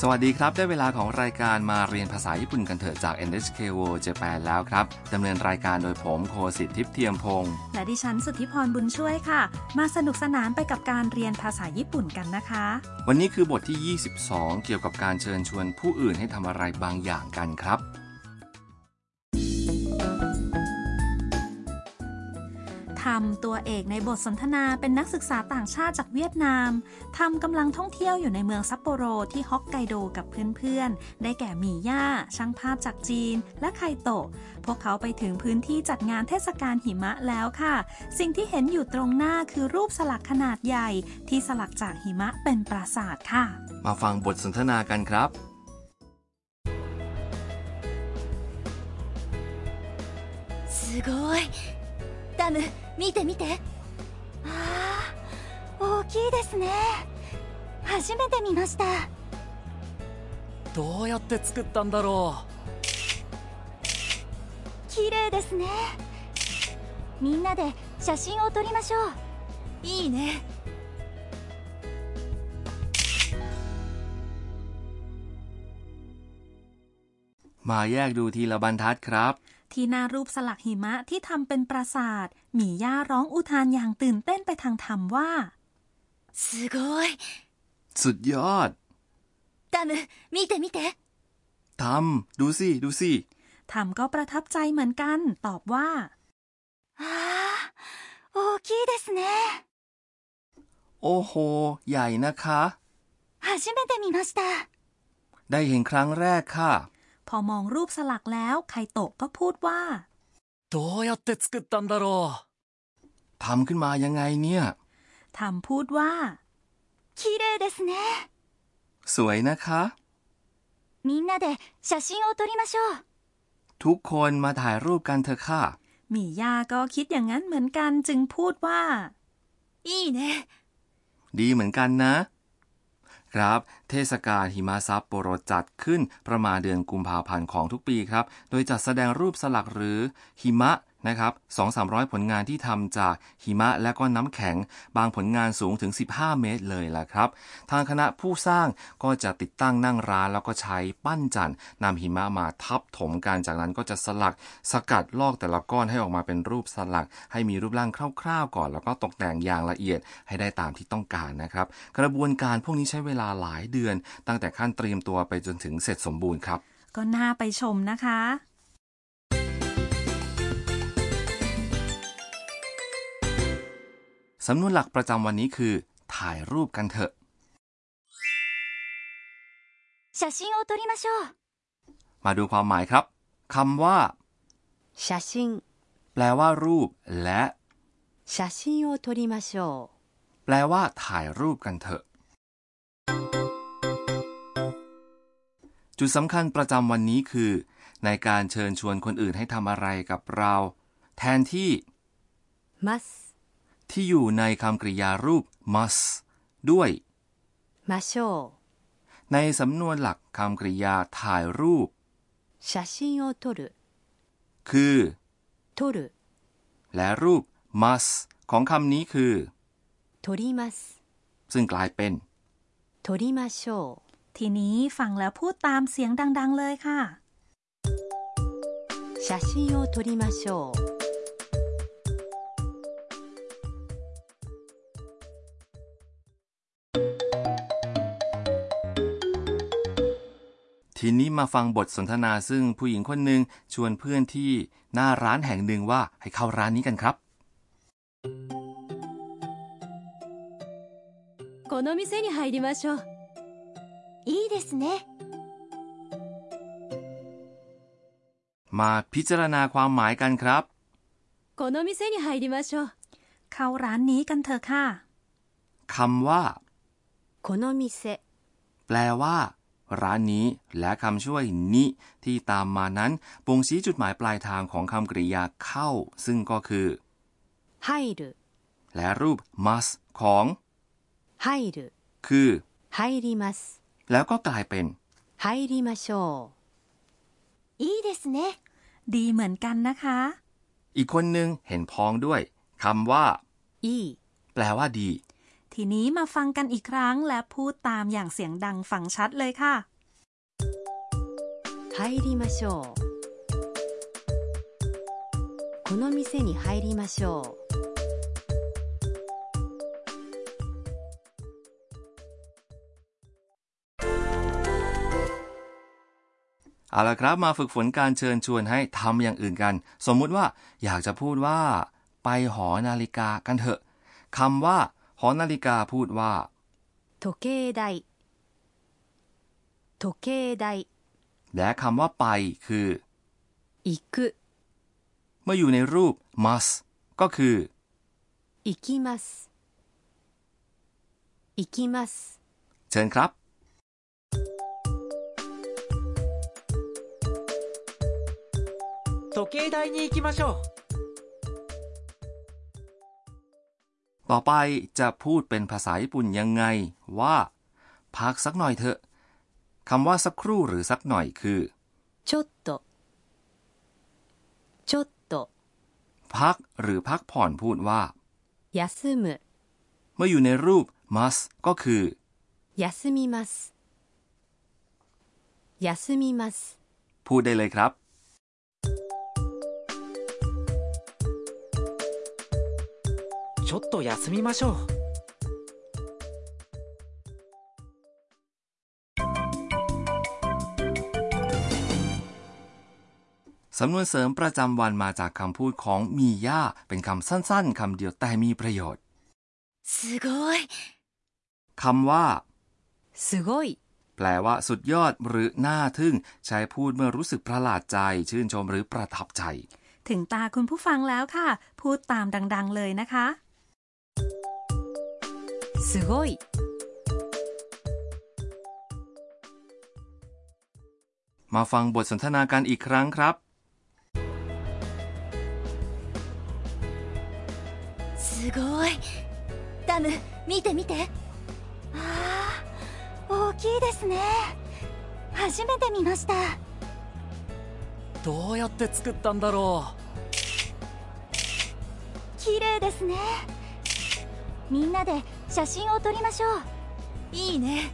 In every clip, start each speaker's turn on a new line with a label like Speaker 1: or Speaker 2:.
Speaker 1: สวัสดีครับ ได้เวลาของรายการมาเรียนภาษาญี่ปุ่นกันเถอะจาก NHK World Japan แล้วครับดำเนินรายการโดยผมโคสิทธิ์ทิพย์เทียมพงศ์
Speaker 2: และดิฉันสุทธิพรบุญช่วยค่ะ มาสนุกสนานไปกับการเรียนภาษาญี่ปุ่นกันนะคะ
Speaker 1: วันนี้คือบทที่ 22 เกี่ยวกับการเชิญชวนผู้อื่นให้ทำอะไรบางอย่างกันครับ
Speaker 2: ทำตัวเอกในบทสนทนาเป็นนักศึกษาต่างชาติจากเวียดนาม ทำกำลังท่องเที่ยวอยู่ในเมืองซัปโปโรที่ฮอกไกโดกับเพื่อนๆ ได้แก่หมี่ย่า ช่างภาพจากจีน และไคโตะ พวกเขาไปถึงพื้นที่จัดงานเทศกาลหิมะแล้วค่ะ สิ่งที่เห็นอยู่ตรงหน้าคือรูปสลักขนาดใหญ่ ที่สลักจากหิมะเป็นปราสาทค่ะ
Speaker 1: มาฟังบทสนทนากันครับ
Speaker 3: すごいダム見て見てああ大きいですね初めて見ました
Speaker 4: どうやって作ったんだろ
Speaker 3: 綺麗ですねみんなで写真を撮りましょういいね
Speaker 1: มาแยกดูทีละบรรทัดครับ
Speaker 2: ที่หน้ารูปสลักหิมะที่ทำเป็นปราสาท หมีย่าร้องอุทานอย่างตื่นเต้นไปทางธรรมว่า
Speaker 3: すごい
Speaker 1: สุดยอด
Speaker 3: ダム見て見て
Speaker 1: ทำดูสิดูสิ
Speaker 2: ธรรมก็ประทับใจเหมือนกัน ตอบว่า
Speaker 3: ああ大きいですね
Speaker 1: โอ้โห ใหญ่นะคะ
Speaker 3: 初めて見ました
Speaker 1: ได้เห็นครั้งแรกค่ะ
Speaker 2: พอมองรูปสลักแล้วไคโตะก็พูดว่า
Speaker 4: うどうやって作ったんだろう
Speaker 1: ทำขึ้นมายังไงเนี่ย
Speaker 2: ธรรมพูดว่า
Speaker 3: 綺麗ですね
Speaker 1: สวยนะคะ
Speaker 3: みんなで写真を撮りましょう
Speaker 1: ทุกคนมาถ่ายรูปกันเถอะค่ะ
Speaker 2: หมีย่าก็คิดอย่างนั้นเหมือนกันจึงพูดว่า
Speaker 3: いいね
Speaker 1: ดีเหมือนกันนะ ครับ เทศกาลหิมะซัปโปโรจัดขึ้นประมาณเดือนกุมภาพันธ์ของทุกปีครับ โดยจัดแสดงรูปสลักหรือหิมะนะครับ2-300 ผลงานที่ทำจากหิมะและก็น้ำแข็ง บางผลงานสูงถึง 15 เมตรเลยล่ะครับ ทางคณะผู้สร้างก็จะติดตั้งนั่งร้าน แล้วก็ใช้ปั้นจันทร์นำหิมะมาทับถมกันจากนั้นก็จะสลักสกัดลอกแต่ละก้อนให้ออกมาเป็นรูปสลัก ให้มีรูปร่างคร่าวๆก่อน แล้วก็ตกแต่งอย่างละเอียดให้ได้ตามที่ต้องการนะครับ กระบวนการพวกนี้ใช้เวลาหลายเดือน ตั้งแต่ขั้นเตรียมตัวไปจนถึงเสร็จสมบูรณ์ครับ
Speaker 2: ก็น่าไปชมนะคะ
Speaker 1: สำนวนหลักประจำวันนี้คือ ถ่ายรูปกันเถอะ
Speaker 3: 写真を撮りましょう
Speaker 1: มาดูความหมายครับคำว่า
Speaker 5: 写真
Speaker 1: แปลว่ารูป และ
Speaker 5: 写真を撮りましょ
Speaker 1: แปลว่า ถ่ายรูปกันเถอะ จุดสำคัญประจำวันนี้คือ ในการเชิญชวนคนอื่นให้ทำอะไรกับเรา แทนที่
Speaker 5: うます
Speaker 1: ที่อยู่ในคำกริยารูป must ด้วย
Speaker 5: ましょう
Speaker 1: ในสำนวนหลักคำกริยาถ่ายรูป
Speaker 5: 写真を撮る
Speaker 1: คือ
Speaker 5: 撮る
Speaker 1: และรูป must ของคำนี้คือ
Speaker 5: 撮ります
Speaker 1: ซึ่งกลายเป็น
Speaker 5: 撮りましょ
Speaker 2: ทีนี้ฟังแล้วพูดตามเสียงดัง ๆ เลยค่ะ
Speaker 5: う写真を撮りましょう
Speaker 1: ทีนี้มาฟังบทสนทนาซึ่งผู้หญิงคนหนึ่งชวนเพื่อนที่หน้าร้านแห่งหนึ่งว่าให้เข้าร้านนี้กันครับ
Speaker 3: この店に入りましょういいですね
Speaker 1: มาพิจารณาความหมายกันครับ
Speaker 3: この店に入りましょう
Speaker 2: เข้าร้านนี้กันเถอะค่ะ
Speaker 1: คำว่า
Speaker 5: この店
Speaker 1: แปลว่า ร้านนี้ และคำช่วยนิที่ตามมานั้นบ่งชี้จุดหมายปลายทางของคำกริยาเข้า ซึ่งก็คือ
Speaker 5: 入る
Speaker 1: และรูป must ของ
Speaker 5: 入る
Speaker 1: คือ
Speaker 5: 入ります
Speaker 1: แล้วก็กลายเป็น
Speaker 5: 入りましょ
Speaker 3: いいですね
Speaker 2: ดีเหมือนกันนะคะ
Speaker 1: อีกคนหนึ่งเห็นพ้องด้วยคำว่า
Speaker 5: ういい
Speaker 1: แปลว่าดี
Speaker 2: ทีนี้มาฟังกันอีกครั้งและพูดตามอย่างเสียงดังฟังชัดเลยค่ะ
Speaker 5: 入りましょうこの店に入りましょう
Speaker 1: เอาละครับมาฝึกฝนการเชิญชวนให้ทำอย่างอื่นกัน สมมุติว่าอยากจะพูดว่า ไปหอนาฬิกากันเถอะคำว่า หอนาฬิกาพูดว่า
Speaker 5: 時計台時計台
Speaker 1: และคำว่าไปคือ
Speaker 5: 行く
Speaker 1: เมื่ออยู่ในรูป must ก็คือ
Speaker 5: 行きます行きます
Speaker 1: เชิญครับ
Speaker 4: 時計台に行きましょ
Speaker 1: ต่อไปจะพูดเป็นภาษาญี่ปุ่นยังไงว่า พักสักหน่อยเถอะคำว่าสักครู่หรือสักหน่อยคือ
Speaker 5: ちょっとちょっと
Speaker 1: พักหรือพักผ่อนพูดว่า
Speaker 5: 休む
Speaker 1: เมื่ออยู่ในรูป must ก็คือ
Speaker 5: 休みます休みます
Speaker 1: พูดได้เลยครับ
Speaker 4: うちょっと休みましょう
Speaker 1: สำนวนเสริมประจำวันมาจากคำพูดของมีย่าเป็นคำสั้นๆคำเดียวแต่มีประโยชน์
Speaker 3: すごい
Speaker 1: คำว่า
Speaker 5: すごい
Speaker 1: แปลว่าสุดยอดหรือน่าทึ่ง ใช้พูดเมื่อรู้สึกประหลาดใจ ชื่นชมหรือประทับใจ
Speaker 2: ถึงตาคุณผู้ฟังแล้วค่ะ พูดตามดัง ๆ เลยนะคะ
Speaker 5: すごい
Speaker 1: มาฟังบทสนทนากันอีกครั้งครับ
Speaker 3: すごいダム見て見てああ大きいですね初めて見ました
Speaker 4: どうやって作ったんだろ
Speaker 3: 綺麗ですねみんなで写真を撮りましょういいね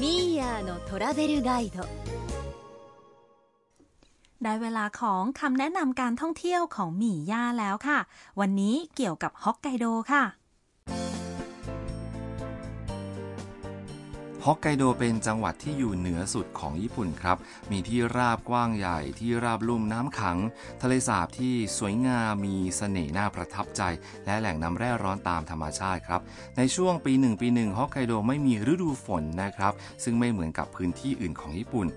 Speaker 3: ミーヤーのトラベルガイド
Speaker 2: ได้เวลาของคำแนะนำการท่องเที่ยวของหมี่ย่าแล้วค่ะ วันนี้เกี่ยวกับฮอกไกโดค่ะ
Speaker 1: ฮอกไกโดเป็นจังหวัดที่อยู่เหนือสุดของญี่ปุ่นครับ มีที่ราบกว้างใหญ่ที่ราบลุ่มน้ำขัง ทะเลสาบที่สวยงามมีเสน่ห์น่าประทับใจ และแหล่งน้ำแร่ร้อนตามธรรมชาติครับ ในช่วงปี1ปี1ฮอกไกโดไม่มีฤดูฝนนะครับ ซึ่งไม่เหมือนกับพื้นที่อื่นของญี่ปุ่น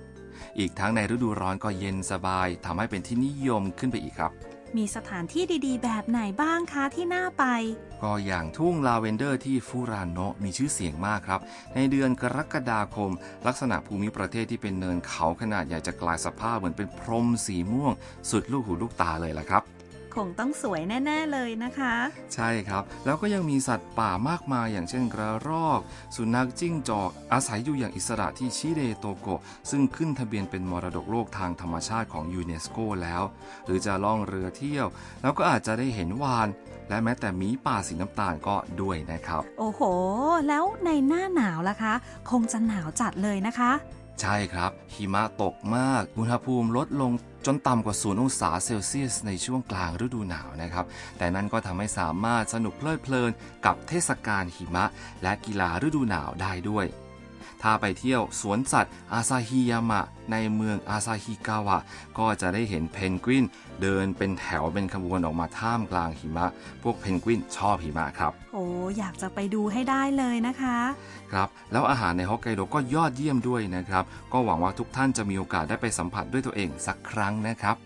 Speaker 1: อีกทั้งในฤดูร้อนก็เย็นสบายทำให้เป็นที่นิยมขึ้นไปอีกครับ
Speaker 2: มีสถานที่ดีๆ แบบไหนบ้างคะที่น่าไป
Speaker 1: ก็อย่างทุ่งลาเวนเดอร์ที่ฟูราโนะมีชื่อเสียงมากครับ ในเดือนกรกฎาคม ลักษณะภูมิประเทศที่เป็นเนินเขาขนาดใหญ่จะกลายสภาพเหมือนเป็นพรมสีม่วง สุดลูกหูลูกตาเลยล่ะครับ
Speaker 2: คงต้องสวยแน่ ๆ เลยนะคะ
Speaker 1: ใช่ครับ แล้วก็ยังมีสัตว์ป่ามากมายอย่างเช่นกระรอก สุนัขจิ้งจอก อาศัยอยู่อย่างอิสระที่ชิเรโตโกะซึ่งขึ้นทะเบียนเป็นมรดกโลกทางธรรมชาติของยูเนสโกแล้ว หรือจะล่องเรือเที่ยว แล้วก็อาจจะได้เห็นวาน และแม้แต่หมีป่าสีน้ำตาลก็ด้วยนะครับ
Speaker 2: โอ้โห แล้วในหน้าหนาวล่ะคะ คงจะหนาวจัดเลยนะคะ
Speaker 1: ใช่ครับ หิมะตกมาก อุณหภูมิลดลงจนต่ำกว่าศูนย์องศาเซลเซียสในช่วงกลางฤดูหนาวนะครับ แต่นั่นก็ทำให้สามารถสนุกเพลิดเพลินกับเทศกาลหิมะ และกีฬาฤดูหนาวได้ด้วย ถ้าไปเที่ยวสวนสัตว์อาซาฮิยามะ ในเมืองอาซาฮิกาวะ ก็จะได้เห็นเพนกวิน เดินเป็นแถวเป็นขบวนออกมาท่ามกลางหิมะ พวกเพนกวินชอบหิมะครับ
Speaker 2: โอ้อยากจะไปดูให้ได้เลยนะคะ
Speaker 1: ครับแล้วอาหารในฮอกไกโดก็ยอดเยี่ยมด้วยนะครับ ก็หวังว่าทุกท่านจะมีโอกาสได้ไปสัมผัสด้วยตัวเองสักครั้งนะครับ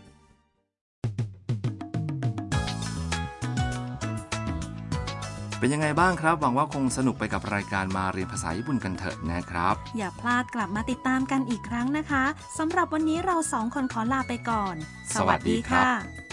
Speaker 1: เป็นยังไงบ้างครับ หวังว่าคงสนุกไปกับรายการมาเรียนภาษาญี่ปุ่นกันเถอะนะครับ
Speaker 2: อย่าพลาดกลับมาติดตามกันอีกครั้งนะคะสำหรับวันนี้เราสองคนขอลาไปก่อน
Speaker 1: สวัสดีครับ